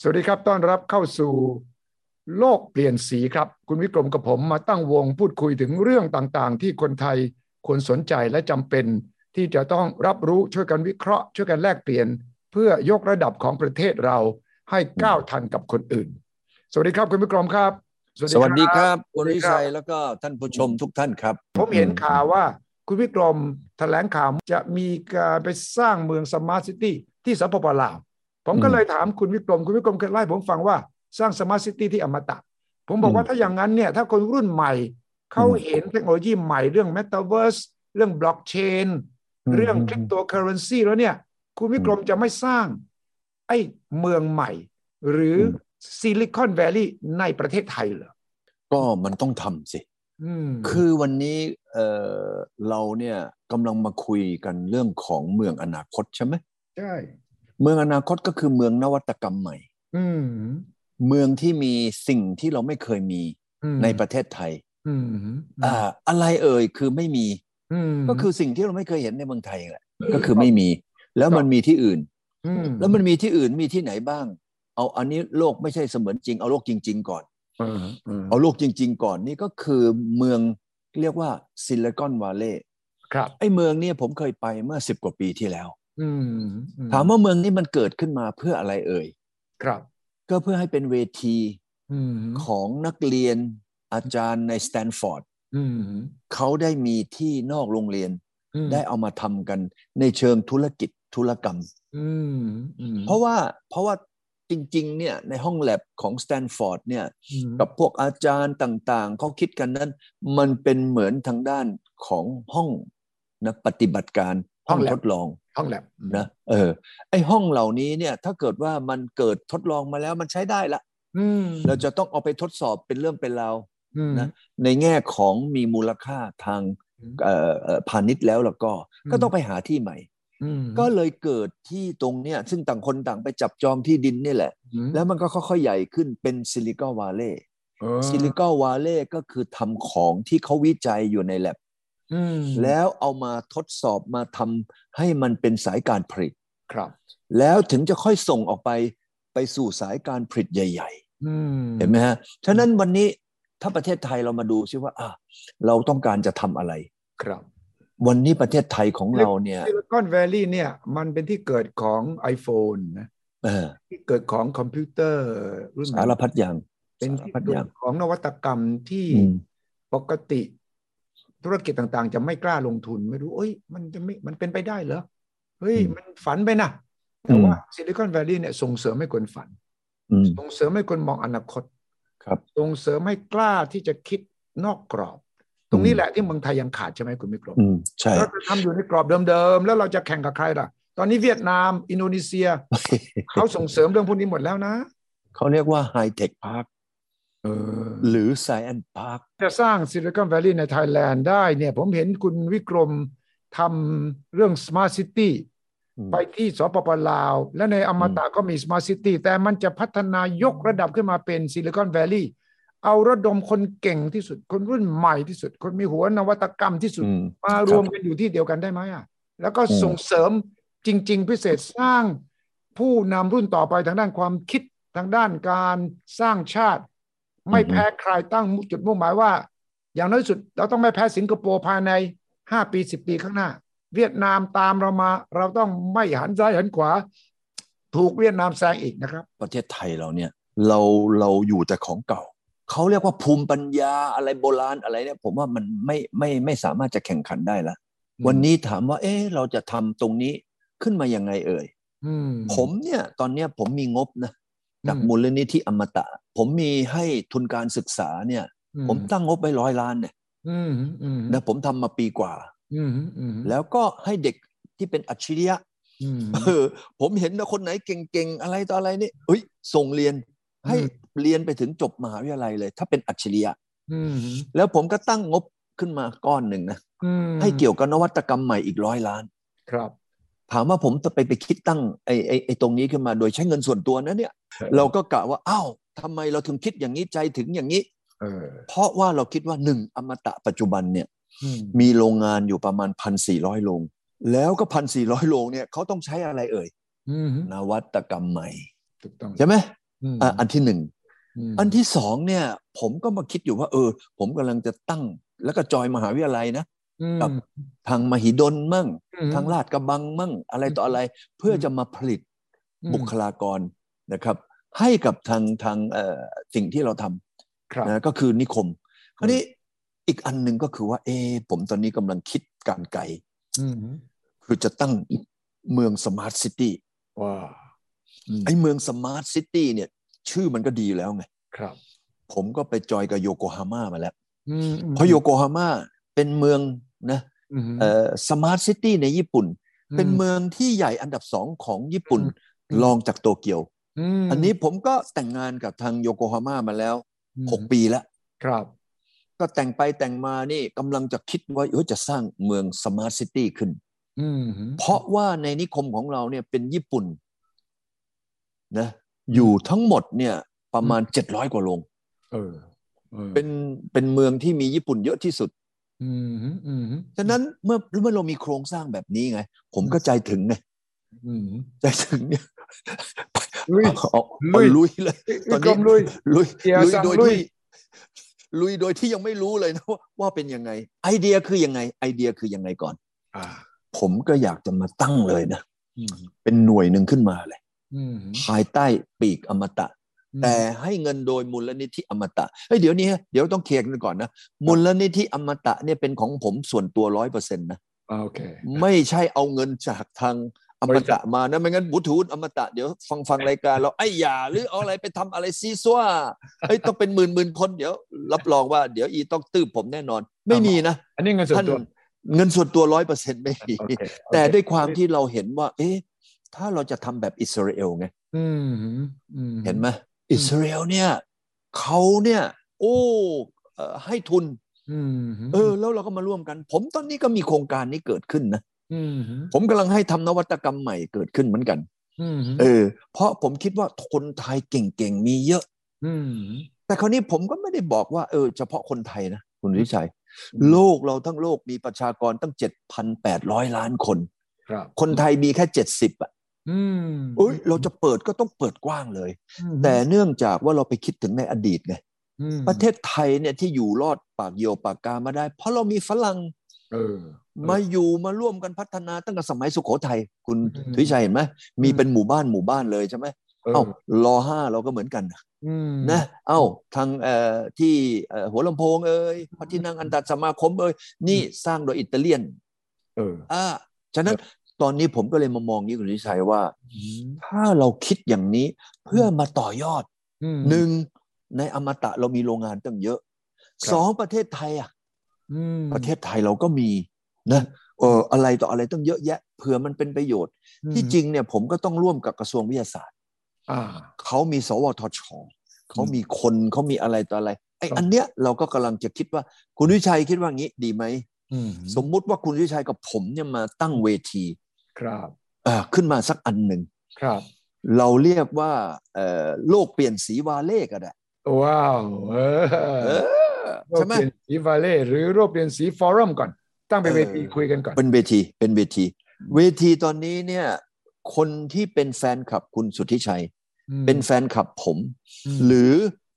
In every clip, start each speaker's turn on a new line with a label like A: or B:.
A: สวัสดีครับ ต้อนรับเข้าสู่โลกเปลี่ยนสีครับ คุณวิกรมกับผมมาตั้งวงพูดคุยถึงเรื่องต่างๆ ที่คนไทยควรสนใจและจำเป็น ที่จะต้องรับรู้ช่วยกันวิเคราะห์ ช่วยกันแลกเปลี่ยน เพื่อยกระดับของประเทศเราให้ก้าวทันกับคนอื่น สวัสดีครับคุณวิกรมครับ
B: สวัสดีครับคุณ
A: สวัสดี
B: วิ
A: ครับ
B: ชัยแล้วก็ท่านผู้ชมทุกท่านครับ
A: ผมเห็นข่าวว่าคุณวิกรมแถลงข่าวจะมีการไปสร้างเมืองสมาร์ทซิตี้ที่สปปลาว ผมก็
B: อืม
A: เลยถามคุณวิกรม คุณวิกรมเคยเล่าให้ผมฟังว่าสร้างสมาร์ทซิตี้ที่อมตะ ผมบอกว่า
B: อืม
A: ถ้าอย่างนั้นเนี่ย ถ้าคนรุ่นใหม่เขา
B: อืม
A: เห็นเทคโนโลยีใหม่เรื่องเมตาเวิร์สเรื่องบล็อกเชน
B: อืม
A: เรื่อง
B: อืม
A: คริปโตเคอเรนซีแล้วเนี่ย คุณวิกรมจะไม่สร้าง ไอ้เมืองใหม่ หรืออ
B: ม
A: ซิลิคอนแวลลีย์ในประเทศไทยเหรอ
B: ก็มันต้องทำสิ
A: อืม
B: คือวันนี้เอ่อเราเนี่ยกำลังมาคุยกันเรื่องของเมืองอนาคตใช่ไหม
A: ใช่
B: เมืองอนาคตก็คือเมืองนวัตกรรมใหม่
A: อืม
B: เมืองที่มีสิ่งที่เราไม่เคยมี
A: อืม
B: ในประเทศไทย
A: อืม
B: อ่าอะไรเอ่ยคือไม่มี
A: ม
B: ก็คือสิ่งที่เราไม่เคยเห็นในเมืองไทยแหละก็คือไม่มี แล้วมันมีที่อื่น
A: ม
B: แล้วมันมีที่อื่นมีที่ไหนบ้าง เอาอันนี้โลกไม่ใช่เสมือนจริงเอาโลกจริง ๆ ก่อน
A: อืมอืม
B: เอาโลกจริง ๆ ก่อนนี่ก็คือเมืองเรียกว่าซิลิคอนวาเลย์
A: ครับ
B: ไอ้เมืองเนี่ยผมเคยไปเมื่อสิบกว่าปีที่แล้ว
A: อืมอื
B: ถามว่าเมืองนี้มันเกิดขึ้นมาเพื่ออะไรเอ่ย
A: ครับ
B: ก็เพื่อให้เป็นเวที
A: อืม
B: ของนักเรียนอาจารย์ในสแตนฟอร์ด
A: อืม
B: เขาได้มีที่นอกโรงเรียน
A: อืม
B: ได้เอามาทำกันในเชิงธุรกิจธุรกรรม
A: อืมอืม
B: เพราะว่าเพราะว่าจริง ๆ เนี่ยในห้องแลบของสแตนฟอร์ดเนี่ย
A: อืม
B: กับพวกอาจารย์ต่างๆ เขาคิดกันนั้น มันเป็นเหมือนทางด้านของห้องนะปฏิบัติการห้องทดลอง
A: ห้องแลบ
B: นะเออไอห้องเหล่านี้เนี่ยถ้าเกิดว่ามันเกิดทดลองมาแล้วมันใช้ได้ละ
A: อืม
B: เราจะต้องเอาไปทดสอบเป็นเรื่องเป็นราว
A: อืม
B: นะในแง่ของมีมูลค่าทางเอ่อเอ่อพาณิชย์แล้วแล้วก็
A: อืม
B: ก็ต้องไปหาที่ใหม่
A: อืม
B: ก็เลยเกิดที่ตรงเนี้ยซึ่งต่างคนต่างไปจับจองที่ดินนี่แหละ
A: อืม
B: แล้วมันก็ค่อยๆใหญ่ขึ้นเป็นซิลิคอนวาเล
A: เออ
B: ซิลิคอนวาเลย์ก็คือทำของที่เขาวิจัยอยู่ในแลบ
A: อืม
B: แล้วเอามาทดสอบมาทำให้มันเป็นสายการผลิต
A: ครับ
B: แล้วถึงจะค่อยส่งออกไปไปสู่สายการผลิตใหญ่
A: อืม
B: ๆ เห็นไหมฮะ ฉะนั้นวันนี้ถ้าประเทศไทยเรามาดูซิว่าอ่ะเราต้องการจะทำอะไร
A: ครับ
B: วันนี้ประเทศไทยของเราเนี่ย
A: ซิลิคอนแวลลีย์เนี่ย มันเป็นที่เกิดของ iPhone นะ
B: เออ
A: ที่เกิดของคอมพิวเตอร์รุ่นใหม่
B: สารพัดอย่าง
A: เป็น
B: สาร
A: ที่
B: พัด
A: เกิ
B: อย่า
A: ด
B: ง
A: ของนวัตกรรมที่
B: อืม
A: ปกติธุรกิจต่างๆ จะไม่กล้าลงทุนไม่รู้เอ้ย มันจะไม่มันเป็นไปได้เหรอเฮ้ย
B: อืม
A: มันฝันไปนะแต่ว่า
B: อืม
A: ซิลิคอนแวลลีย์เนี่ยส่งเสริมให้คนฝัน
B: อืม
A: ส่งเสริมให้คนมองอนาคต
B: ครับ
A: ส่งเสริมให้กล้าที่จะคิดนอกกรอบ ตรง
B: อืม
A: นี้แหละที่เมืองไทยยังขาดใช่ไหมคุณมิกรม
B: อืมใช่
A: เราจะทำอยู่ในกรอบเดิมๆแล้วเราจะแข่งกับใครล่ะ ตอนนี้เวียดนาม อินโดนีเซีย เขาส่งเสริมเรื่องพวกนี้หมดแล้วนะ
B: เขาเรียกว่าไฮเทคพาร์ค
A: เออ
B: หรือไซแอนพาร์ค
A: จะสร้างซิลิคอนแวลลีย์ในไทยแลนด์ได้เนี่ยผมเห็นคุณวิกรมทำเรื่อง Smart City ไปที่สปปลาว และในอมตะก็มี Smart City แต่มันจะพัฒนายกระดับขึ้นมาเป็นซิลิคอนแวลลีย์เอาระดมคนเก่งที่สุด คนรุ่นใหม่ที่สุด คนมีหัวนวัตกรรมที่สุด
B: อืม
A: มารวมกันอยู่ที่เดียวกันได้ไหมอ่ะ แล้วก็
B: อืม
A: ส่งเสริมจริง ๆ พิเศษสร้างผู้นำรุ่นต่อไปทางด้านความคิดทางด้านการสร้างชาติ ไม่แพ้ใครตั้งจุดมุ่งหมายว่า อย่างน้อยสุดเราต้องไม่แพ้สิงคโปร์ภายใน 5 ปี 10 ปีข้างหน้า เวียดนามตามเรามา เราต้องไม่หันซ้ายหันขวา ถูกเวียดนามแซงอีกนะครับ
B: ประเทศไทยเราเนี่ยเราเราอยู่แต่ของเก่า เขาเรียกว่าภูมิปัญญาอะไรโบราณอะไรเนี่ยผมว่ามันไม่ไม่ไม่สามารถจะแข่งขันได้ละวันนี้ถามว่า เอ๊ะเราจะทำตรงนี้ขึ้นมายังไงเอ่ย
A: อืม
B: ผมเนี่ยตอนเนี้ยผมมีงบนะจาก
A: อืม
B: มูลนิธิอมตะ ผมมีให้ทุนการศึกษาเนี่ย ผมตั้งงบไปร้อยล้านเนี่ย
A: อืมอืม
B: นะผมทำมาปีกว่า
A: อืมอืม
B: แล้วก็ให้เด็กที่เป็นอัจฉริยะ
A: อืม
B: เออผมเห็นนะคนไหนเก่งๆ อะไรต่ออะไรนี่เอ้ย ส่งเรียน ให้
A: อืม
B: เรียนไปถึงจบมหาวิทยาลัยเลย ถ้าเป็นอัจฉริยะ
A: อืม
B: แล้วผมก็ตั้งงบขึ้นมาก้อนหนึ่งนะ
A: อืม
B: ให้เกี่ยวกับนวัตกรรมใหม่อีกร้อยล้าน
A: ครับ
B: ถามว่าผมจะไปไปคิดตั้งไอ้ไอ้ไอ้ตรงนี้ขึ้นมาโดยใช้เงินส่วนตัวนะเนี่ย เราก็กะว่าอ้าวทำไมเราถึงคิดอย่างนี้ใจถึงอย่างนี้
A: เออ
B: เพราะว่าเราคิดว่าหนึ่งอมตะปัจจุบันเนี่ย
A: อืม
B: มีโรงงานอยู่ประมาณพันสี่ร้อยโรงแล้วก็พันสี่ร้อยโรงเนี่ยเขาต้องใช้อะไรเอ่ย
A: อืม
B: นวัตกรรมใหม่
A: ถูกต้อง
B: ใช่ไหม
A: ม
B: อ่ะอันที่หนึ่ง
A: ม
B: อันที่สองเนี่ย ผมก็มาคิดอยู่ว่า เออ ผมกำลังจะตั้ง แล้วก็จอยมหาวิทยาลัยนะ
A: อืม
B: กับ ทางมหิดลมั่ง
A: อืม
B: ทางลาดกระบังมั่ง อะไรต่ออะไร เพื่อจะมาผลิต
A: อืม
B: บุคลากรนะครับ ให้กับทางทางเอ่อสิ่งที่เรา
A: ค
B: ท
A: รั
B: ำ
A: บ
B: นะก็คือนิคมคราวนี้อีกอันหนึ่งก็คือว่า เออผมตอนนี้กำลังคิดการไกล
A: อืม
B: คือจะตั้งเมืองสมาร์ทซิตี้
A: ว้าอืม
B: ไอ้เมืองสมาร์ทซิตี้เนี่ย ชื่อมันก็ดีแล้วไง
A: ครับ
B: ผมก็ไปจอยกับโยโกฮาม่ามาแล้ว
A: อืมอืม
B: เพราะโยโกฮาม่าเป็นเมืองนะ
A: อืม
B: เอ่อสมาร์ทซิตี้ในญี่ปุ่น
A: ม
B: เป็นเมืองที่ใหญ่อันดับสองของญี่ปุ่น
A: อืม
B: รองจากโตเกียว
A: ม
B: อันนี้ผมก็แต่งงานกับทางโยโกฮาม่ามาแล้ว
A: อืม
B: หกปีแล้ว
A: ครับ
B: ก็แต่งไปแต่งมานี่กำลังจะคิดว่าเออจะสร้างเมืองสมาร์ทซิตี้ขึ้น
A: อืม
B: เพราะว่าในนิคมของเราเนี่ยเป็นญี่ปุ่นนะอยู่ทั้งหมดเนี่ยประมาณ 700 กว่าโรง
A: เออออ
B: เป็นเป็นเมืองที่มีญี่ปุ่นเยอะที่สุด
A: อืมอืม
B: ฉะนั้นเมื่อเมื่อเรามีโครงสร้างแบบนี้ไง ผมก็ใจถึงไง
A: อืม
B: ใจถึงเนี่ย
A: ลุย
B: เอาเอา
A: ลุย
B: ลุยเลย ตอน
A: ก
B: นี้
A: ลมลุย
B: ลุย
A: เดี๋ยว
B: ลุย
A: สั่ง
B: โดย
A: ลุย
B: ที่ลุยโดยที่ยังไม่รู้เลยนะ ว่าว่าเป็นยังไง ไอเดียคือยังไง ไอเดียคือยังไงก่อน
A: อ่า
B: ผมก็อยากจะมาตั้งเลยนะ
A: อืม
B: เป็นหน่วยหนึ่งขึ้นมาเลย
A: อืม
B: ภายใต้ปีกอมตะ แต่ให้เงินโดยมูลนิธิอมตะเฮ้ยเดี๋ยวนี้เดี๋ยวต้องเคลียร์กันก่อนนะมูลนิธิอมตะเนี่ยเป็นของผมส่วนตัวร้อยเปอร์เซ็นต์นะ
A: อ่าโอเค
B: ไม่ใช่เอาเงินจากทางอบ ม
A: ริจา
B: ตะ
A: ค
B: มานะไม่งั้นบุทูนอมตะเดี๋ยวฟังฟังรายการ เราไอ้หยาหรือเอาอะไรไปทำอะไรซีซัวไอ้ยต้องเป็นหมื่นหมื่นคนเดี๋ยวรับรองว่าเดี๋ยวอีต้องตืบผมแน่นอน ไม่มีนะ
A: อันนี้เงินส่ว
B: ท่าน น
A: ตัว
B: เงินส่วนตัวร้อยเปอร์เซ็นต์ไม่มี
A: โอเคโอเค
B: แต่ด้วยความที่เราเห็นว่า เอ๊ะถ้าเราจะทำแบบอิสราเอลไง
A: อืมอืม
B: เห็นไหมอิสราเอลเนี่ยเขาเนี่ย โอ้เอ่อให้ทุน
A: อืม
B: เออ แล้วเราก็มาร่วมกัน ผมตอนนี้ก็มีโครงการนี้เกิดขึ้นนะ
A: อืม
B: ผมกำลังให้ทำนวัตกรรมใหม่เกิดขึ้นเหมือนกัน
A: อืม
B: เออ เพราะผมคิดว่าคนไทยเก่งๆ มีเยอะ
A: อืม
B: แต่คราวนี้ผมก็ไม่ได้บอกว่าเออเฉพาะคนไทยนะ คุณวิชั
A: อ
B: ย
A: ืม
B: โลกเราทั้งโลกมีประชากรตั้ง 7,800 ล้านคน
A: ครับ
B: คนไทยมีแค่ 70 อ่ะ
A: อืม
B: เอ้ยเราจะเปิดก็ต้องเปิดกว้างเลย แต่เนื่องจากว่าเราไปคิดถึงในอดีตไง
A: อืม
B: ประเทศไทยเนี่ยที่อยู่รอดปากเหยี่ยวปากกามาได้ เพราะเรามีฝรั่ง
A: เออ
B: มาอยู่มาร่วมกันพัฒนาตั้งแต่สมัยสุโขทัยคุณ
A: อืม
B: ทวิชัยเห็นไหมมีเป็นหมู่บ้านหมู่บ้านเลยใช่ไหม
A: เออ
B: เอ้ารอห้าเราก็เหมือนกันนะ
A: อืม
B: นะเอ้าทางเอ่อที่เอ่อหัวลำโพงเอ่ยพระที่นั่งอันตรสมาคมเอ่ยนี่สร้างโดยอิตาเลียน
A: เออ
B: อ่าฉะนั้นตอนนี้ผมก็เลยมามองนี้คุณวิชัยว่า
A: อืม
B: ถ้าเราคิดอย่างนี้เพื่อมาต่อยอด
A: อืม
B: หนึ่งในอมตะเรามีโรงงานตั้งเยอะ
A: ครับ
B: สองประเทศไทยอ่ะ
A: อืม
B: ประเทศไทยเราก็มีนะเอออะไรต่ออะไรตั้งเยอะแยะเผื่อมันเป็นประโยชน์ ที่จริงเนี่ยผมก็ต้องร่วมกับกระทรวงวิทยาศาสตร์
A: อ่า
B: เขามีสวทช เขามีคนเขามีอะไรต่ออะไรไอ้อันเนี้ยเราก็กำลังจะคิดว่า คุณวิชัยคิดว่างี้ดีไหม
A: อืม
B: สมมุติว่าคุณวิชัยกับผมเนี่ยมาตั้งเวที
A: ครับ
B: เอ่อขึ้นมาสักอันหนึ่ง
A: ครับ
B: เราเรียกว่าเอ่อโลกเปลี่ยนสีวาเล่ก็ได้
A: ว้าว เอ
B: เอ
A: อ
B: อ
A: โรค
B: ใช่ไหม
A: เปลี่ยนสีวาเล่หรือโรคเปลี่ยนสีฟอรัมก่อน ตั้งเป็น
B: เออ
A: เวทีคุยกันก่อน
B: เป็นเวทีเป็นเวที เวทีตอนนี้เนี่ยคนที่เป็นแฟนคลับคุณสุทธิชัย เป็นแฟนคลับผม
A: อืม
B: หรือ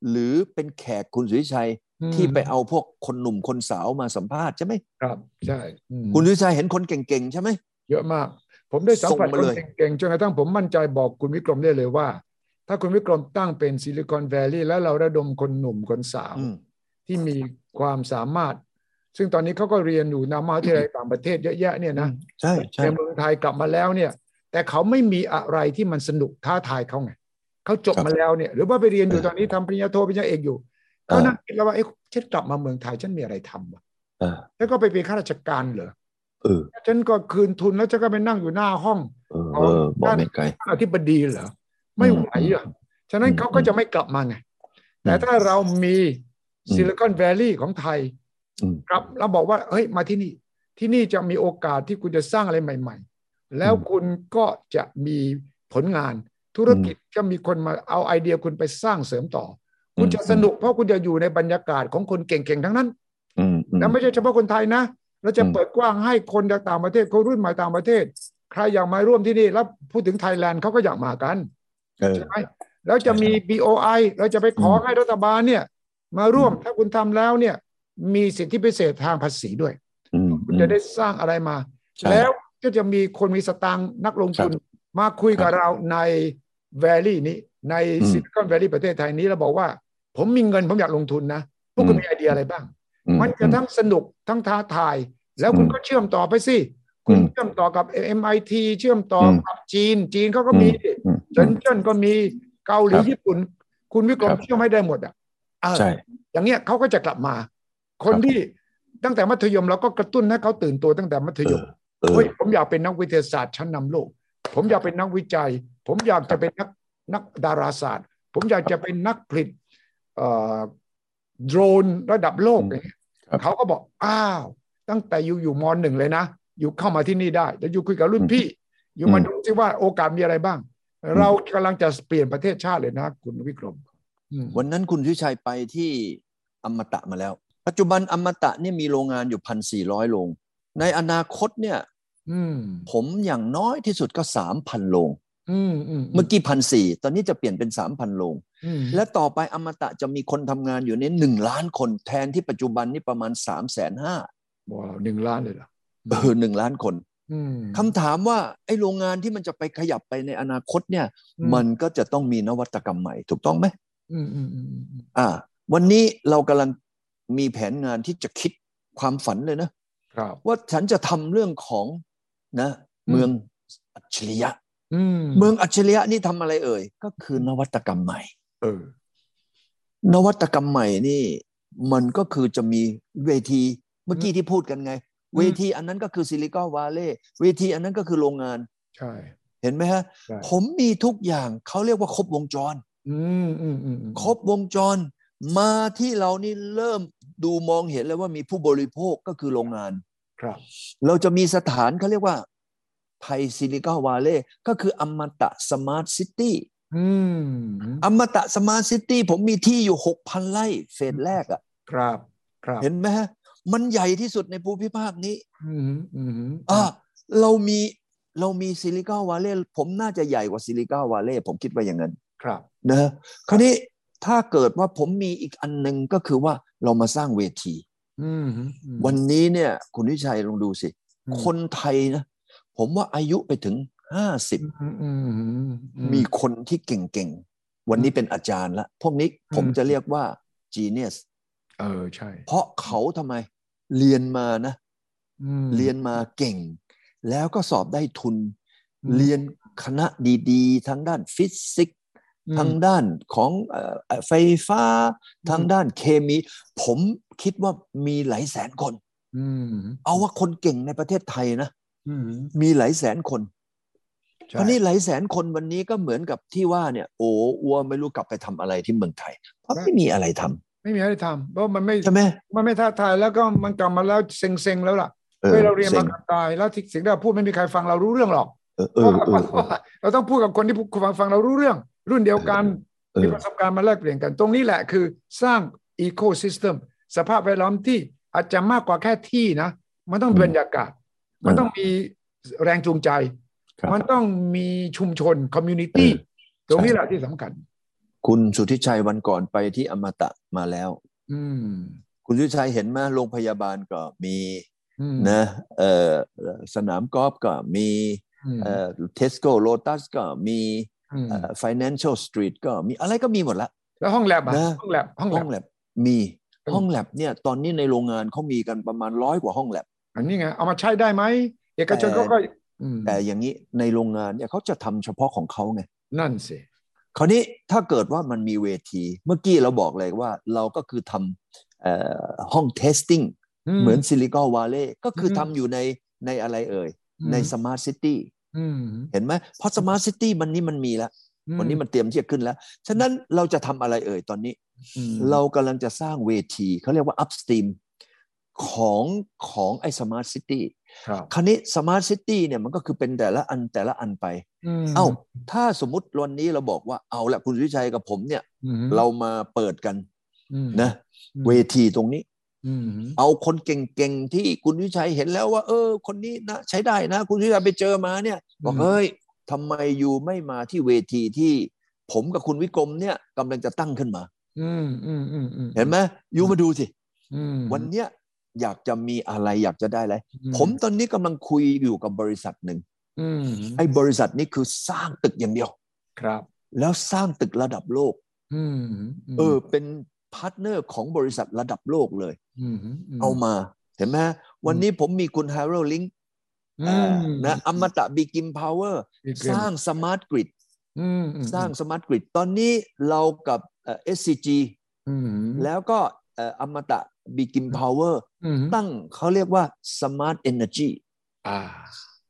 B: หรือเป็นแขกคุณสุทธิชัย
A: อืม
B: ที่ไปเอาพวกคนหนุ่มคนสาวมาสัมภาษณ์ใช่ไหม
A: ครับใช่อืม
B: คุณวิชัยเห็นคนเก่งๆ ใช่ไหม
A: เยอะมาก ผมได้สัมผัส
B: ส่งมา
A: คน
B: เลย
A: เก่งๆจนกระทั่งผมมั่นใจบอกคุณวิกรมได้เลยว่า ถ้าคุณวิกรมตั้งเป็นซิลิคอนแวลลีย์แล้วเราระดมคนหนุ่มคนสาว
B: อืม
A: ที่มีความสามารถ ซึ่งตอนนี้เขาก็เรียนอยู่นามหาวิทยาลัยต่างประเทศเยอะแยะเนี่ยนะ
B: ใช่ใช่
A: ในเมืองไทยกลับมาแล้วเนี่ย แต่เขาไม่มีอะไรที่มันสนุกท้าทายเขาไงเขาจบมาแล้วเนี่ย หรือว่าไปเรียนอยู่ตอนนี้ทำปริญญาโทปริญญาเอกอยู่เขานั่งคิดแล้วว่าเอ๊ะฉันกลับมาเมืองไทยฉันมีอะไรทำวะ
B: เออ
A: แล้วก็ไปเป็นข้าราชการเหรอ
B: เออ
A: ฉันก็คืนทุนแล้วฉันก็ไปนั่งอยู่หน้าห้อง
B: เออเออบอกไม่ไกล
A: อธิบดีเหรอไม่ไหวอ่ะฉะนั้น
B: อืม
A: เขาก็จะไม่กลับมาไง แต่ถ้าเรามี
B: อืม
A: ซิลิคอนแวลลีย์ของไทย
B: อืม
A: ครับเราบอกว่าเฮ้ยมาที่นี่ ที่นี่จะมีโอกาสที่คุณจะสร้างอะไรใหม่ ๆ แล้ว
B: อืม
A: คุณก็จะมีผลงานธุรกิจจะมีคนมาเอาไอเดียคุณไปสร้างเสริมต่ออ
B: ม
A: คุณจะสนุกเพราะคุณจะอยู่ในบรรยากาศของคนเก่งๆทั้งนั้น
B: อืมอืม
A: แล้วไม่ใช่เฉพาะคนไทยนะ เราจะ
B: อืม
A: เปิดกว้างให้คนจากต่างประเทศคนรุ่นใหม่ต่างประเทศ ใครอยากมาร่วมที่นี่ แล้วพูดถึงไทยแลนด์เขาก็อยากมากัน
B: เออ
A: ใช่ไหม แล้วจะมี BOI เราจะไปขอให้รัฐบาลเนี่ย มาร่วมถ้าคุณทำแล้วเนี่ย มีสิทธิพิเศษทางภาษีด้วย
B: อืม
A: คุณจะได้สร้างอะไรมา
B: ใช่
A: แล้วก็จะมีคนมีสตางค์นักลงทุนมาคุยกับเราใน Valley นี้ใน
B: อืม
A: Silicon Valley ประเทศไทยนี้แล้วบอกว่า ผมมีเงินผมอยากลงทุนนะ พวกคุณ
B: อืม
A: มีไอเดียอะไรบ้าง
B: อื
A: มันจะทั้งสนุกทั้งท้าทาย แล้วคุณก็เชื่อมต่อไปสิ
B: อื
A: คุณ
B: ม
A: เชื่อมต่อกับ MIT เชื่อมต่ออ
B: ม
A: กับจีน จีนเขาก็
B: อืม
A: มี
B: อืม
A: เฉินเจิ้นก็มีเกาหลี
B: ครับ
A: ญี่ปุ่น คุณวิกร
B: ครั
A: ม
B: บ
A: เชื่อมให้ได้หมดอ่ะเออ
B: ใช่
A: อย่างเงี้ยเขาก็จะกลับมา คน
B: ครับ
A: ที่ตั้งแต่มัธยมเราก็กระตุ้นให้เขาตื่นตัวตั้งแต่มัธยม
B: เออ
A: เฮ้ยผมอยากเป็นนักวิทยาศาสตร์ชั้นนำโลก ผมอยากเป็นนักวิจัย ผมอยากจะเป็นนักนักดาราศาสตร์ ผมอยากจะเป็นนักผลิตเอ่อโดรนระดับโลก
B: อืม
A: อย่างเงี้ย
B: ครับ
A: เขาก็บอกอ้าว ตั้งแต่อยู่อยู่มหนึ่งเลยนะ อยู่เข้ามาที่นี่ได้แล้วอยู่คุยกับรุ่นพี่ อยู่มา
B: อืม
A: ดูซิว่าโอกาสมีอะไรบ้าง เรากำลังจะเปลี่ยนประเทศชาติเลยนะคุณวิกรมอืม
B: วันนั้นคุณทิชัยไปที่อมตะมาแล้ว ปัจจุบันอมตะเนี่ยมีโรงงานอยู่พันสี่ร้อยโรง ในอนาคตเนี่ย
A: อืม
B: ผมอย่างน้อยที่สุดก็สามพันโรง
A: อืมอืม
B: เมื่อกี้พันสี่ตอนนี้จะเปลี่ยนเป็นสามพันโรง
A: อืม
B: และต่อไปอมตะจะมีคนทำงานอยู่ในหนึ่งล้านคนแทนที่ปัจจุบันนี่ประมาณสามแสนห้า
A: ว้าวหนึ่งล้านเลยเหรอ
B: เออหนึ่งล้านคน
A: อืม
B: คำถามว่าไอ้โรงงานที่มันจะไปขยับไปในอนาคตเนี่ย
A: อืม
B: มันก็จะต้องมีนวัตกรรมใหม่ถูกต้องไหม
A: อืมอืมอืมอืม
B: อ่า วันนี้เรากำลังมีแผนงานที่จะคิดความฝันเลยนะ
A: ครับ
B: ว่าฉันจะทำเรื่องของนะ
A: อืม
B: เมืองอัจฉริยะ
A: อืม
B: เมืองอัจฉริยะนี่ทำอะไรเอ่ย ก็คือนวัตกรรมใหม่
A: เออ
B: นวัตกรรมใหม่นี่ มันก็คือจะมีเวทีเมื่อกี้ที่พูดกันไง เวทีอันนั้นก็คือซิลิคอนวาเลย์เวทีอันนั้นก็คือโรงงาน
A: ใช่
B: เห็นไหมฮะ
A: ใช่
B: ผมมีทุกอย่างเขาเรียกว่าครบวงจร
A: อืมอืมอืมอืม
B: ครบวงจร มาที่เรานี่เริ่มดูมองเห็นเลยว่ามีผู้บริโภคก็คือโรงงาน
A: ครับ
B: เราจะมีสถานเขาเรียกว่าไทยซิลิคอนวาเลย์ก็คืออมตะสมาร์ทซิตี้
A: อืม
B: อมตะสมาร์ทซิตี้ผมมีที่อยู่ 6,000 ไร่เฟสแรกอะ
A: ครับ ครับ
B: เห็นไหมฮะ มันใหญ่ที่สุดในภูมิภาคนี้
A: อืมอืม
B: อ่าเรามีเรามีซิลิคอนวาเลย์ผมน่าจะใหญ่กว่าซิลิคอนวาเลย์ผมคิดว่าอย่างนั้น
A: ครับ
B: นะฮะคราวนี้ถ้าเกิดว่าผมมีอีกอันหนึ่งก็คือว่าเรามาสร้างเวที
A: อืม
B: วันนี้เนี่ย คุณวิชัยลองดูสิ
A: อืม
B: คนไทยนะ ผมว่าอายุไปถึงห้าสิบ
A: อืมอืมอืมอื
B: มีคนที่เก่งๆ วันนี้เป็นอาจารย์ละ พวกนี้
A: อืม
B: ผมจะเรียกว่า genius
A: เออใช่
B: เพราะเขาทำไม เรียนมานะ
A: อืม
B: เรียนมาเก่ง แล้วก็สอบได้ทุน
A: อืม
B: เรียนคณะดีๆ ทางด้านฟิสิกส์
A: อืม
B: ทางด้านของเอ่อไฟฟ้า
A: อืม
B: ทางด้านเคมี ผมคิดว่ามีหลายแสนคน
A: อืม
B: เอาว่าคนเก่งในประเทศไทยนะ
A: อืม
B: มีหลายแสนคน
A: ใช่
B: วันนี้หลายแสนคนวันนี้ก็เหมือนกับที่ว่าเนี่ย โอ้อัวไม่รู้กลับไปทำอะไรที่เมืองไทย เพราะไม่มีอะไรทำ
A: ไม่มีอะไรทำเพราะมันไม่
B: ใช่ไหม
A: มันไม่ท้าทายแล้วก็มันกลับมาแล้วเซ็งๆแล้วล่ะ
B: ออ
A: เฮ้ยเราเรียน
B: ซ็
A: มาง กับตายแล้วที่สิ่งที่เราพูดไม่มีใครฟังเรารู้เรื่องหรอก
B: เออเออเออเออ
A: เราต้องพูดกับคนที่ฟังฟังเรารู้เรื่อง รุ่นเดียวกัน
B: เออ
A: มีประสบการณ์มาแลกเปลี่ยนกัน ตรงนี้แหละคือสร้างอีโค y ิสเ m มสภาพแวดล้อมที่อาจจะมากกว่าแค่ที่นะ มันต้องมีบรรยากาศ มันต้องมีแรงจูงใจ
B: ครับ
A: มันต้องมีชุมชนคอมมูนิตี้
B: เออ
A: ตรงนี้แหละที่สำคัญ
B: คุณสุทธิชัยวันก่อนไปที่อมตะมาแล้ว
A: อืม
B: คุณสุทธิชัยเห็นไหมโรงพยาบาลก็มี
A: อืม
B: นะเอ่อสนามกอล์ฟก็มี
A: อืม
B: เทสโก้โลตัสก็มี
A: อืม
B: เอ่อ Financial Street ก็มีอะไรก็มีหมดละ
A: แล้วห้องแลบอ่ะ
B: นะ
A: ห้องแลบห้อง
B: ห้อง
A: แลบ
B: แลบมี
A: อืม
B: ห้องแลบเนี่ยตอนนี้ในโรงงานเขามีกันประมาณร้อยกว่าห้องแลบ
A: อันนี้ไง เอามาใช้ได้ไหมเอกชน
B: แต่
A: ก็ก็อืม
B: แต่อย่างนี้ในโรงงานเนี่ยเขาจะทำเฉพาะของเขาไง
A: นั่นสิ
B: คราวนี้ถ้าเกิดว่ามันมีเวที เมื่อกี้เราบอกเลยว่าเราก็คือทำเอ่อห้องเทสติ้งเหมือนซิลิคอนวาเลย์ก็คืออ
A: ม
B: ทำอยู่ในในอะไรเอ่ย
A: อืม
B: ในสมาร์ทซิตี้
A: อืม
B: เห็นไหมเพราะสมาร์ทซิตี้มันนี่มันมีแล้ว
A: อื
B: วันนี้มันเตรียมที่จะขึ้นแล้ว ฉะนั้นเราจะทำอะไรเอ่ยตอนนี้
A: อืม
B: เรากำลังจะสร้างเวทีเขาเรียกว่า upstream ของของไอ้ smart city
A: ครับ
B: คราวนี้ smart city เนี่ยมันก็คือเป็นแต่ละอันแต่ละอันไป
A: ม
B: เอ้า ถ้าสมมติวันนี้เราบอกว่าเอาละคุณวิชัยกับผมเนี่ย
A: อืม
B: เรามาเปิดกัน
A: อืม
B: นะ
A: อืม
B: เวทีตรงนี้
A: อืม
B: เอาคนเก่งๆ ที่คุณวิชัยเห็นแล้วว่า เออ คนนี้นะใช้ได้นะ คุณวิชัยไปเจอมาเนี่ย บอกเฮ้ยทำไมอยู่ไม่มาที่เวทีที่ ผมกับคุณวิกรมเนี่ยกำลังจะตั้งขึ้นมา
A: อืมอืมอืมอืม
B: เห็นไหมยูมาดูสิ
A: อืม
B: วันเนี้ยอยากจะมีอะไรอยากจะได้อะไร
A: อื
B: ผมตอนนี้กำลังคุยอยู่กับบริษัทหนึ่ง
A: อืม
B: ไอ้บริษัทนี้คือสร้างตึกอย่างเดียว
A: ครับ
B: แล้วสร้างตึกระดับโลก
A: อืม
B: เออ เป็นพาร์ทเนอร์ของบริษัทระดับโลกเลย
A: อืมม
B: เอามา เห็นไหมฮะวันนี้ผมมีคุณฮาร์โรลิง
A: อืม
B: นะอมตะบีกิมพาวเวอร์
A: อีก
B: สร้างสมาร์ทกริด
A: อืมอืม
B: สร้างสมาร์ทกริดตอนนี้เรากับเอ่อ SCG
A: อืม
B: แล้วก็เอ่ออมตะบีกิมพาวเวอร์
A: อืม
B: ตั้งเขาเรียกว่า Smart Energy
A: อ่า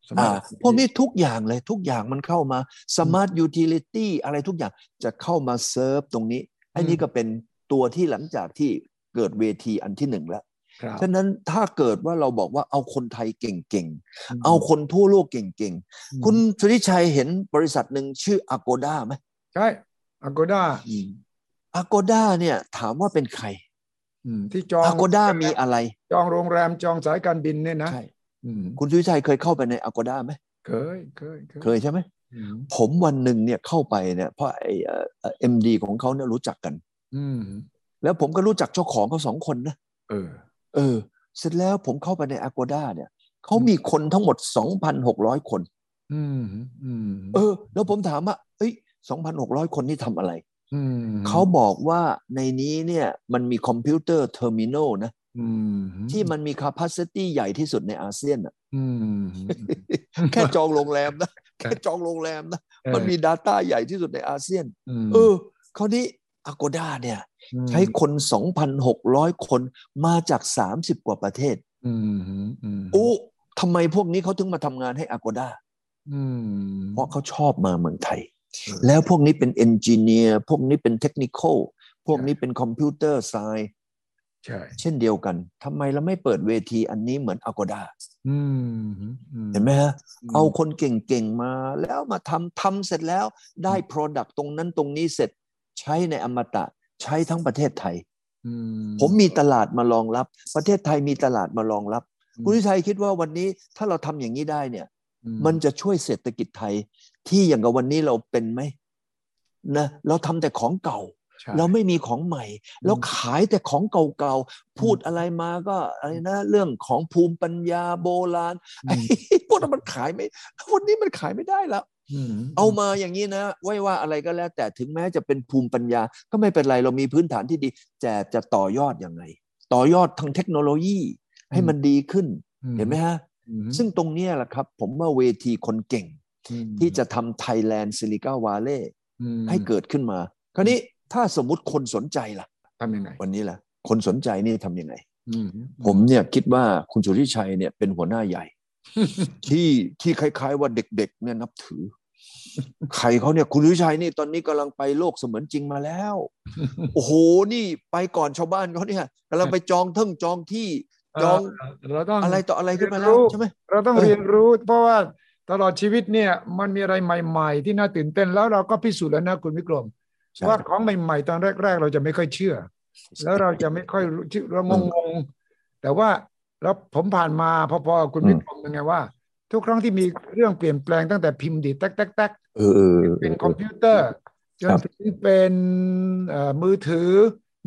A: สมั
B: อ่าย พวกนี้ทุกอย่างเลยทุกอย่างมันเข้ามา Smart Utility อะไรทุกอย่างจะเข้ามาเซิร์ฟตรงนี้ไอ้นี่
A: อืม
B: ก็เป็นตัวที่หลังจากที่เกิดเวทีอันที่หนึ่งแล้ว
A: ครับ
B: ฉะนั้นถ้าเกิดว่าเราบอกว่าเอาคนไทยเก่งๆ เอาคนทั่วโลกเก่ง
A: อืม
B: ๆ คุณสุริชัยเห็นบริษัทหนึ่งชื่อ Agoda ไหม
A: ใช่อากูด้า
B: Agoda เนี่ยถามว่าเป็นใคร
A: ที่จอง
B: Agoda มีอะไร
A: จองโรงแรมจองสายการบินเนี่ยนะ
B: ใช่
A: อืม
B: คุณสุริชัยเคยเข้าไปใน Agoda ไหม
A: เคยเคยเคย
B: เคยใช่ไหม
A: อืม
B: ผมวันหนึ่งเนี่ยเข้าไปเนี่ยเพราะไอ้เอ่อ็มดีของเขาเนี่ยรู้จักกัน
A: อืม
B: แล้วผมก็รู้จักเจ้าของเขาสองคนนะ
A: เออ
B: เออ เสร็จแล้วผมเข้าไปใน Agoda เนี่ยเขามีคนทั้งหมด 2,600 คน
A: อืมอืม
B: เออ แล้วผมถามว่าเอ้ย2,600 คนนี่ทำอะไร
A: ม
B: เขาบอกว่าในนี้เนี่ยมันมีคอมพิวเตอร์เทอร์มินอลนะ
A: อืม
B: ที่มันมี capacity ใหญ่ที่สุดในอาเซียน อะ
A: อืม
B: แค่จองโรงแรมนะ
A: ครั
B: แค่
A: บ
B: จองโรงแรมนะ มันมี Data ใหญ่ที่สุดในอาเซียน
A: ม
B: เออคราวนี้ Agoda เนี่ย ใช้คน 2,600 คนมาจาก 30 กว่าประเทศ
A: อืมอืม
B: โอ้ทำไมพวกนี้เขาถึงมาทำงานให้ Agoda
A: อืม
B: เพราะเขาชอบมาเมืองไทย
A: อืม
B: แล้วพวกนี้เป็นเอนจิเนียร์พวกนี้เป็นเทคนิคอลพวก
A: ใช่
B: นี้เป็นคอมพิวเตอร์ไซ
A: ใช่
B: เช่นเดียวกันทำไมเราไม่เปิดเวทีอันนี้เหมือน Agoda
A: อืม
B: เห็นไหมฮะ เอาคนเก่งๆมาแล้วมาทำทำเสร็จแล้วได้ Product ตรงนั้นตรงนี้เสร็จใช้ในอมตะใช้ทั้งประเทศไทย
A: อื
B: ผมมีตลาดมารองรับ ประเทศไทยมีตลาดมารองรับ คุณวิชัยคิดว่าวันนี้ถ้าเราทำอย่างนี้ได้เนี่ย
A: อื
B: มันจะช่วยเศรษฐกิจไทย ที่อย่างกับวันนี้เราเป็นไหมนะเราทำแต่ของเก่า
A: ใช่
B: เราไม่มีของใหม่ เราขายแต่ของเก่าๆพูดอะไรมาก็อะไรนะเรื่องของภูมิปัญญาโบราณ ไอ้ พวกนั้นมันขายไม่วันนี้มันขายไม่ได้แล้ว เอามาอย่างนี้นะไว้ว่าอะไรก็แล้ว แต่ถึงแม้จะเป็นภูมิปัญญา ก็ไม่เป็นไรเรามีพื้นฐานที่ดีแต่จะต่อยอดยังไง ต่อยอดทางเทคโนโลยีให้มันดีขึ้น เห็นไหมฮะ ซึ่งตรงเนี้ยแหละครับ ผมว่าเวทีคนเก่ง ที่จะทำไทยแลนด์ซิลิก้าวาเล่ให้เกิดขึ้นมา คราวนี้ถ้าสมมติคนสนใจล่ะ
A: ทำยังไง
B: วันนี้ล่ะ คนสนใจนี่ทำยังไง
A: อื
B: ผมเนี่ยคิดว่าคุณสุริชัยเนี่ยเป็นหัวหน้าใหญ่ ที่ที่คล้ายๆว่าเด็กๆเนี่ยนับถือ ใครเขาเนี่ยคุณสุริชัยนี่ตอนนี้กำลังไปโลกเสมือนจริงมาแล้ว โอ้โหนี่ไปก่อนชาวบ้านเขาเนี่ยกำลังไปจองเท่งจองที่จอง
A: เราต้อง
B: อะไรต่ออะไรขึ้นมา
A: เรีย
B: แล้
A: น
B: ว
A: รู้
B: ใช่ไหม
A: เราต้อง
B: เออ
A: เรียนรู้เพราะว่าตลอดชีวิตเนี่ย มันมีอะไรใหม่ ๆ ที่น่าตื่นเต้นแล้วเราก็พิสูจน์แล้วนะคุณวิกรม
B: ใช่
A: ว่าของใหม่ๆตอนแรก ๆ เราจะไม่ค่อยเชื่อ แล้วเราจะไม่ค่อยรู้ที่เรางงๆแต่ว่าแล้วผมผ่านมาพอๆกับคุณ
B: อืม
A: วิกรมยังไงว่า ทุกครั้งที่มีเรื่องเปลี่ยนแปลงตั้งแต่พิมพ์ดีดแต๊กแต๊กแต๊ก
B: เออเออเออ
A: เป็นคอมพิวเตอร์ จน
B: ครับ
A: ถึงเป็นเอ่อมือถือ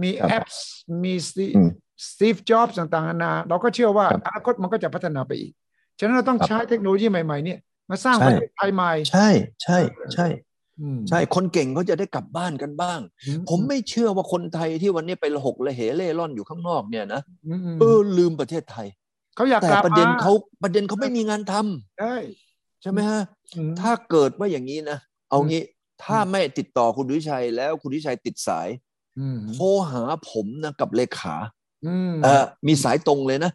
A: มี
B: ครับ
A: แอปมี
B: อืม
A: สตีฟจ็อบส์ต่างๆนานาเราก็เชื่อว่า
B: ครับ
A: อนาคตมันก็จะพัฒนาไปอีก ฉะนั้นเราต้อง
B: ครับ
A: ใช้เทคโนโลยีใหม่ๆเนี่ยมาสร้าง
B: ใช่
A: ประเทศไทยใหม่
B: ใช่ใช่ใช่
A: อืม
B: ใช่คนเก่งเขาจะได้กลับบ้านกันบ้าง
A: อื
B: ผมไม่เชื่อว่าคนไทยที่วันนี้ไประหกระเหเล่ร่อนอยู่ข้างนอกเนี่ยนะ
A: อืม
B: เออลืมประเทศไทย
A: เขาอยาก
B: แต่
A: กลับ
B: ประเด็น
A: ม
B: เขาประเด็นเขาไม่มีงานทำ
A: ได้
B: ใช่ไหมฮะ
A: อืม
B: ถ้าเกิดว่าอย่างนี้นะ เอางี้ถ้า
A: อืม
B: ไม่ติดต่อคุณวิชัยแล้วคุณวิชัยติดสาย
A: อืม
B: โทรหาผมนะกับเลขา
A: อืม
B: เออมีสายตรงเลยนะ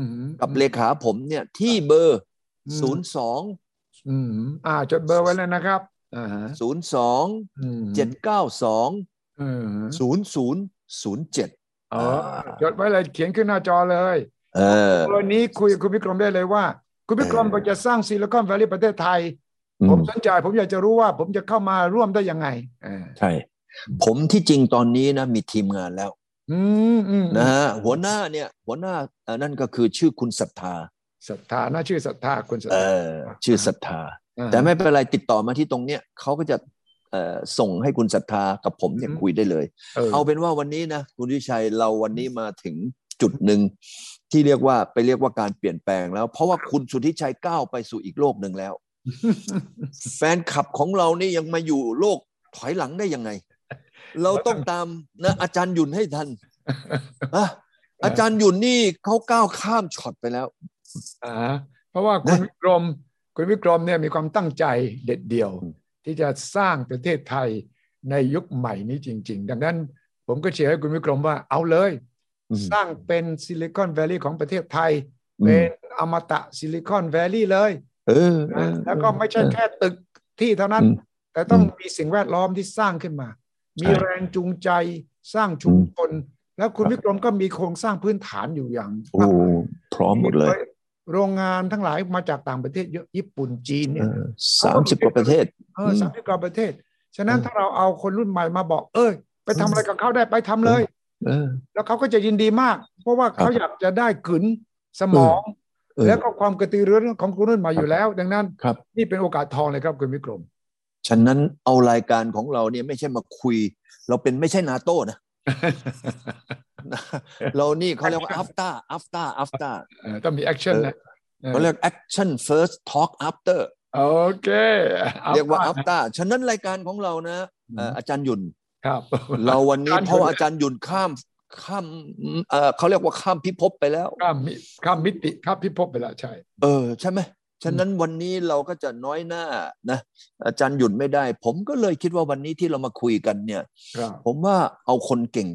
A: ม
B: กับเลขาผมเนี่ย ที่เบอร์
A: อืม
B: 0 2 0
A: อืมอ่าจดเบอร์ไว้แล้วนะครับอ่าฮะ
B: 2
A: อืม
B: 7 9 2
A: อืม
B: 0 0 0 7
A: อ๋อจดไว้เลยเขียนขึ้นหน้าจอเลย
B: เออ
A: วันนี้คุยกับคุณพิกรมได้เลยว่า คุณพิกรม
B: เออ
A: จะสร้างซิลิคอน v a ล l e y ประเทศไทย
B: อื
A: ผม
B: ม
A: สนใจผมอยากจะรู้ว่าผมจะเข้ามาร่วมได้ยังไงเออ
B: ใช่ ผมที่จริงตอนนี้นะมีทีมงานแล้ว
A: อืมอืม
B: นะฮะหัวหน้าเนี่ยหัวหน้าเอ่อนั่นก็คือชื่อคุณศรัทธา
A: ศรัทธาน่าชื่อศรัทธาคุณศรัท
B: เอ
A: ธา
B: อชื่อศรัทธา
A: าฮะ
B: แต่ไม่เป็นไรติดต่อมาที่ตรงเนี้ยเขาก็จะ เอ่อส่งให้คุณศรัทธากับผมเนี่ย
A: อืม
B: คุยได้เลย
A: เออ
B: เอาเป็นว่าวันนี้นะคุณวิชัยเราวันนี้มาถึงจุดหนึ่งที่เรียกว่าไปเรียกว่าการเปลี่ยนแปลงแล้ว เพราะว่าคุณสุทธิชัยก้าวไปสู่อีกโลกหนึ่ง แล้ว แฟนคลับของเรานี่ยังมาอยู่โลกถอยหลังได้ยังไง เราต้องตามนะอาจารย์หยุนให้ทั นอะอาจารย์หยุนนี่เขาก้าวข้ามช็อตไปแล้ว
A: อ่าเพราะว่าคุณวิกรมคุณวิกรมเนี่ยมีความตั้งใจเด็ดเดี่ยว
B: อืม
A: ที่จะสร้างประเทศไทยในยุคใหม่นี้จริง ๆ ดังนั้นผมก็เชียร์ให้คุณวิกรมว่าเอาเลย
B: อืม
A: สร้างเป็นซิลิคอนแวลลีย์ของประเทศไทย
B: อื
A: เป็
B: ม
A: นอมตะซิลิคอนแวลลีย์เลย
B: เออเออ
A: แล้วก็ไม่ใช่แค่ตึกที่เท่านั้น
B: อืม
A: แต่ต้องมีสิ่งแวดล้อมที่สร้างขึ้นมา มี
B: ใช่
A: แรงจูงใจสร้างชุม
B: อืม
A: ชนแล้วคุณ
B: ครับ
A: วิกรมก็มีโครงสร้างพื้นฐานอยู่อย่าง
B: โอ้
A: มากมาย
B: พร้อมหมดเลย
A: โรงงานทั้งหลายมาจากต่างประเทศเยอะญี่ปุ่นจีนเนี่ย
B: สามสิบกว่าประเทศ
A: เออ
B: ม
A: สามสิบกว่าประเทศ ฉะนั้น
B: อืม
A: ถ้าเราเอาคนรุ่นใหม่มาบอก เอ้ย ไปทำ
B: อืม
A: อะไรกับเขาได้ไปทำเลย
B: เออ
A: แล้วเขาก็จะยินดีมาก เพราะว่าเขา
B: ครั
A: อยา
B: บ
A: กจะได้ขืนสมอง
B: เออ
A: แล้วก็ความกระตือรือร้นของคนรุ่นใหม่อยู่แล้ว ดังนั้น
B: ครับ
A: นี่เป็นโอกาสทองเลยครับคุณวิกร ม
B: ฉะนั้นเอารายการของเราเนี่ยไม่ใช่มาคุย เราเป็นไม่ใช่นาโต้ นะ เรานี่เขาเรียกว่า after after after
A: เออต้องมีแอคชั่นนะเออ
B: เขาเรียก action first talk after
A: โอเคอ
B: เรียกว่า
A: ม
B: after ฉะนั้นรายการของเรานะเอ่อ
A: ม
B: อาจาร ย์หยุน
A: ครับ
B: เราวันนี้
A: อาจารย์หยุ่น
B: เพราะอาจารย์หยุนข้ามข้ามเอ่อเขาเรียกว่าข้ามพิภพไปแล้ว
A: ข้ามมิข้ามมิติข้ามพิภพไปแล้วใช่
B: เออใช่ไหมฉะนั้นวันนี้เราก็จะน้อยหน้านะอาจารย์หยุนไม่ได้ ผมก็เลยคิดว่าวันนี้ที่เรามาคุยกันเนี่ย
A: ครับ
B: ผมว่าเอาคนเก่ง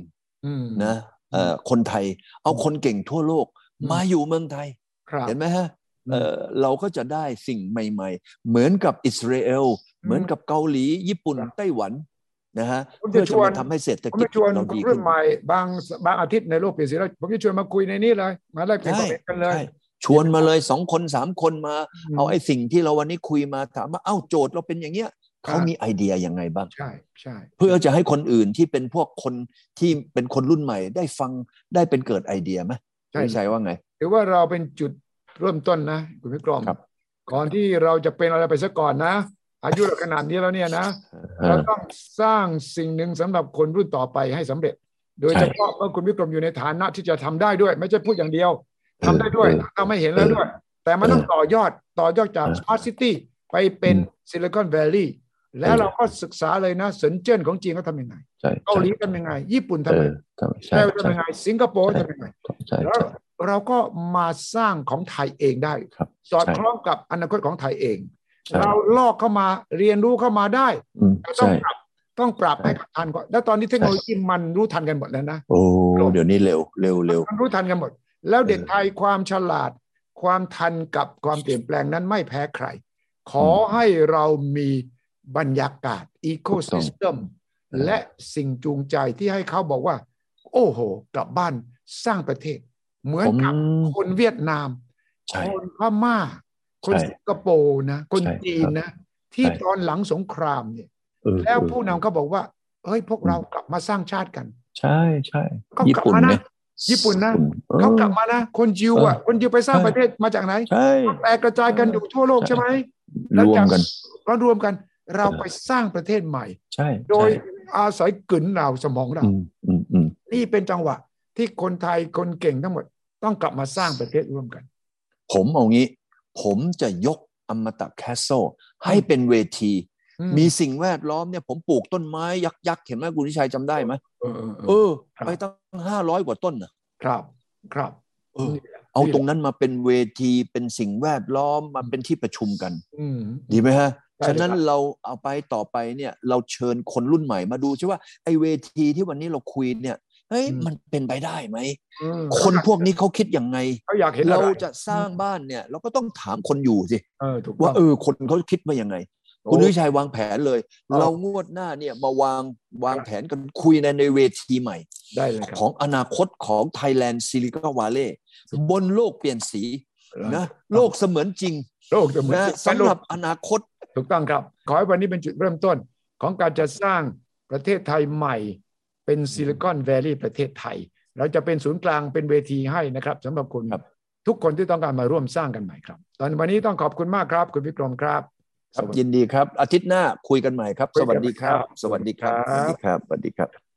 A: อืม
B: นะเอ่อคนไทยเอาคนเก่งทั่วโลก
A: อืม
B: มาอยู่เมืองไทย
A: ครับ
B: เห็นไหมฮะ
A: อืม
B: เอ่อเราก็จะได้สิ่งใหม่ๆ เหมือนกับอิสราเอล เหมือนกับเกาหลี ญี่ปุ่น
A: ครับ
B: ไต้หวันนะฮะ
A: ผมจะ
B: เพื่อจะ
A: ชวน
B: มาทำให้เศรษฐ
A: ผม
B: กิจ
A: จะชวน
B: เรา
A: ค
B: ดี
A: น
B: ขึ้
A: รุ่
B: น
A: นใหม่บางบางอาทิตย์ในโลกเปลี่ยนสีแล้วผมจะชวนมาคุยในนี้เลย มาแลกเปลี่ยนความเห็นกันเลย
B: ใช่ชวนมาเลยสองคนสามคนมา
A: ม
B: เอาไอ้สิ่งที่เราวันนี้คุยมาถามว่าเอ้าโจทย์เราเป็นอย่างเงี้ย
A: ครับ
B: เขามีไอเดียยังไงบ้าง
A: ใช่ใช่
B: เพื่อจะให้คนอื่นที่เป็นพวกคนที่เป็นคนรุ่นใหม่ ได้ฟังได้เป็นเกิดไอเดียไหม
A: ใช่
B: ไม่ใช่ว่าไง
A: ถือว่าเราเป็นจุดเริ่มต้นนะคุณพิกรม
B: ครับ
A: ก่อนที่เราจะเป็นอะไรไปซะก่อนนะ อายุเราขนาดนี้แล้วเนี่ยนะ เราต้องสร้างสิ่งหนึ่งสำหรับคนรุ่นต่อไปให้สำเร็จ โดยเฉพาะเมื่อคุณวิกรมอยู่ในฐานะที่จะทำได้ด้วย ไม่ใช่พูดอย่างเดียวทำได้ด้วยทำให้เห็นแล้วด้วย แต่มันต้องต่อยอดต่อยอดจาก Smart City ไปเป็น Silicon Valley แล้วเราก็ศึกษาเลยนะสนเจิ้นของจีนเขาทำยังไง
B: ใช่
A: เกาหลี
B: ใช่
A: ทำยังไง ญี่ปุ่น
B: เอ
A: ทำยัง
B: อ
A: ไง
B: ทำ
A: ไต้
B: ใช่
A: หวัน
B: ใช่
A: ทำยังไง สิงคโปร์ทำยังไง
B: ใช่
A: แล้ว
B: ใช่
A: เราก็มาสร้างของไทยเองได้
B: ครับ
A: สอด
B: ใช่
A: คล้องกับอนาคตของไทยเอง
B: ใช่
A: เราลอกเข้ามาเรียนรู้เข้ามาได้
B: อืม
A: ต้อง
B: ใช่
A: ปรับต้องปรับ
B: ใช่
A: ให้ทันก่อน แล้วตอนนี้เทคโนโลยีมันรู้ทันกันหมดแล้วนะ
B: โอ้เดี๋ยวนี้เร็วเร็วเร็ว
A: มันรู้ทันกันหมด แล้วเด็ก
B: เออ
A: ไทยความฉลาด ความทันกับความเปลี่ยนแปลงนั้นไม่แพ้ใคร ขอให้เรามีบรรยากาศ ecosystem
B: เออ
A: และสิ่งจูงใจที่ให้เขาบอกว่า โอ้โห กลับบ้านสร้างประเทศ เหมือน
B: ผม
A: กับคนเวียดนาม
B: ใช่
A: คนพม่า คน
B: ใช่
A: สิงคโปร์นะ คน
B: ใช่
A: จีนนะ ที่ตอนหลังสงครามเนี่ย
B: เออ
A: แล้ว
B: เออ
A: ผู้นำก็บอกว่า เอ้ย พวกเรากลับมาสร้างชาติกัน
B: ใช่ใช่
A: เขา
B: ญี่
A: กลับ
B: ปุ่น
A: มานะ
B: เนี่ย
A: ญี่ปุ่นนะ
B: ออ
A: เขากลับมานะ คนยิวอ่ะ คนยิวไปสร้าง
B: ใช่
A: ประเทศมาจากไหน
B: ใช่
A: ก็แตกกระจายกันอยู่ทั่วโลกใช่ไหม
B: รวมกัน
A: ก็รวมกัน เรา
B: เออ
A: ไปสร้างประเทศใหม่
B: ใช่
A: โดย
B: ใช่
A: อาศัยกลืนเราสมองเรา
B: อืมอืมอืม
A: นี่เป็นจังหวะ ที่คนไทยคนเก่งทั้งหมด ต้องกลับมาสร้างประเทศร่วมกัน
B: ผมเอางี้ ผมจะยกอมตะแคส t ซ e ให้เป็นเวที
A: อื
B: มีสิ่งแวดล้อมเนี่ยผมปลูกต้นไม้ยักษ์ๆเห็นไหมคุณวิชัยจำได้ไหม
A: เออเออเอ
B: เอ
A: อ
B: อ
A: ครับ
B: ไปตั้งห้าร้อยกว่าต้นนะ
A: ครับครับ
B: เออ
A: นี่แหละ
B: เอาตรงนั้นมาเป็นเวทีเป็นสิ่งแวดล้อมมาเป็นที่ประชุมกัน
A: อืม
B: ดีไหมฮะ
A: ใช่เลยครับ
B: ฉะนั้นเราเอาไปต่อไปเนี่ยเราเชิญคนรุ่นใหม่มาดูใช่ว่าไอ้เวทีที่วันนี้เราคุยเนี่ยเฮ้ยมันเป็นไปได้ไหม
A: อืม
B: คนพวกนี้เขาคิดยังไง
A: เขาอยากเห็น
B: เรา
A: อะไร
B: จะสร้างบ้านเนี่ย เราก็ต้องถามคนอยู่สิ
A: เออถูกต้อ
B: ว่า
A: ง
B: เออคนเขาคิดมายังไง คุณวิชัยวางแผนเลย เรางวดหน้าเนี่ยมาวางวางแผนกันคุยในในเวทีใหม่
A: ได้เลยครั
B: ข
A: บ
B: องอนาคตของไทยแลนด์ซิลิคอนวาเลย์บนโลกเปลี่ยนสีนะโลกเสมือนจริง
A: โลกเสมือน
B: นะ
A: จริง
B: สำหรับอนาคต
A: ถูกต้องครับ ขอให้วันนี้เป็นจุดเริ่มต้นของการจะสร้างประเทศไทยใหม่ เป็นซิลิคอนแวลลีย์ประเทศไทย เราจะเป็นศูนย์กลางเป็นเวทีให้นะครับสำหรับคุณ
B: ครับ
A: ทุกคนที่ต้องการมาร่วมสร้างกันใหม่ครับ ตอนวันนี้ต้องขอบคุณมากครับ คุณวิกรมครับ
B: ครับยินดีครับ อาทิตย์หน้าคุยกันใหม่ครับ สวัสดีครับ สวัสดีครับ สวัสดีครับสวัสดีครับ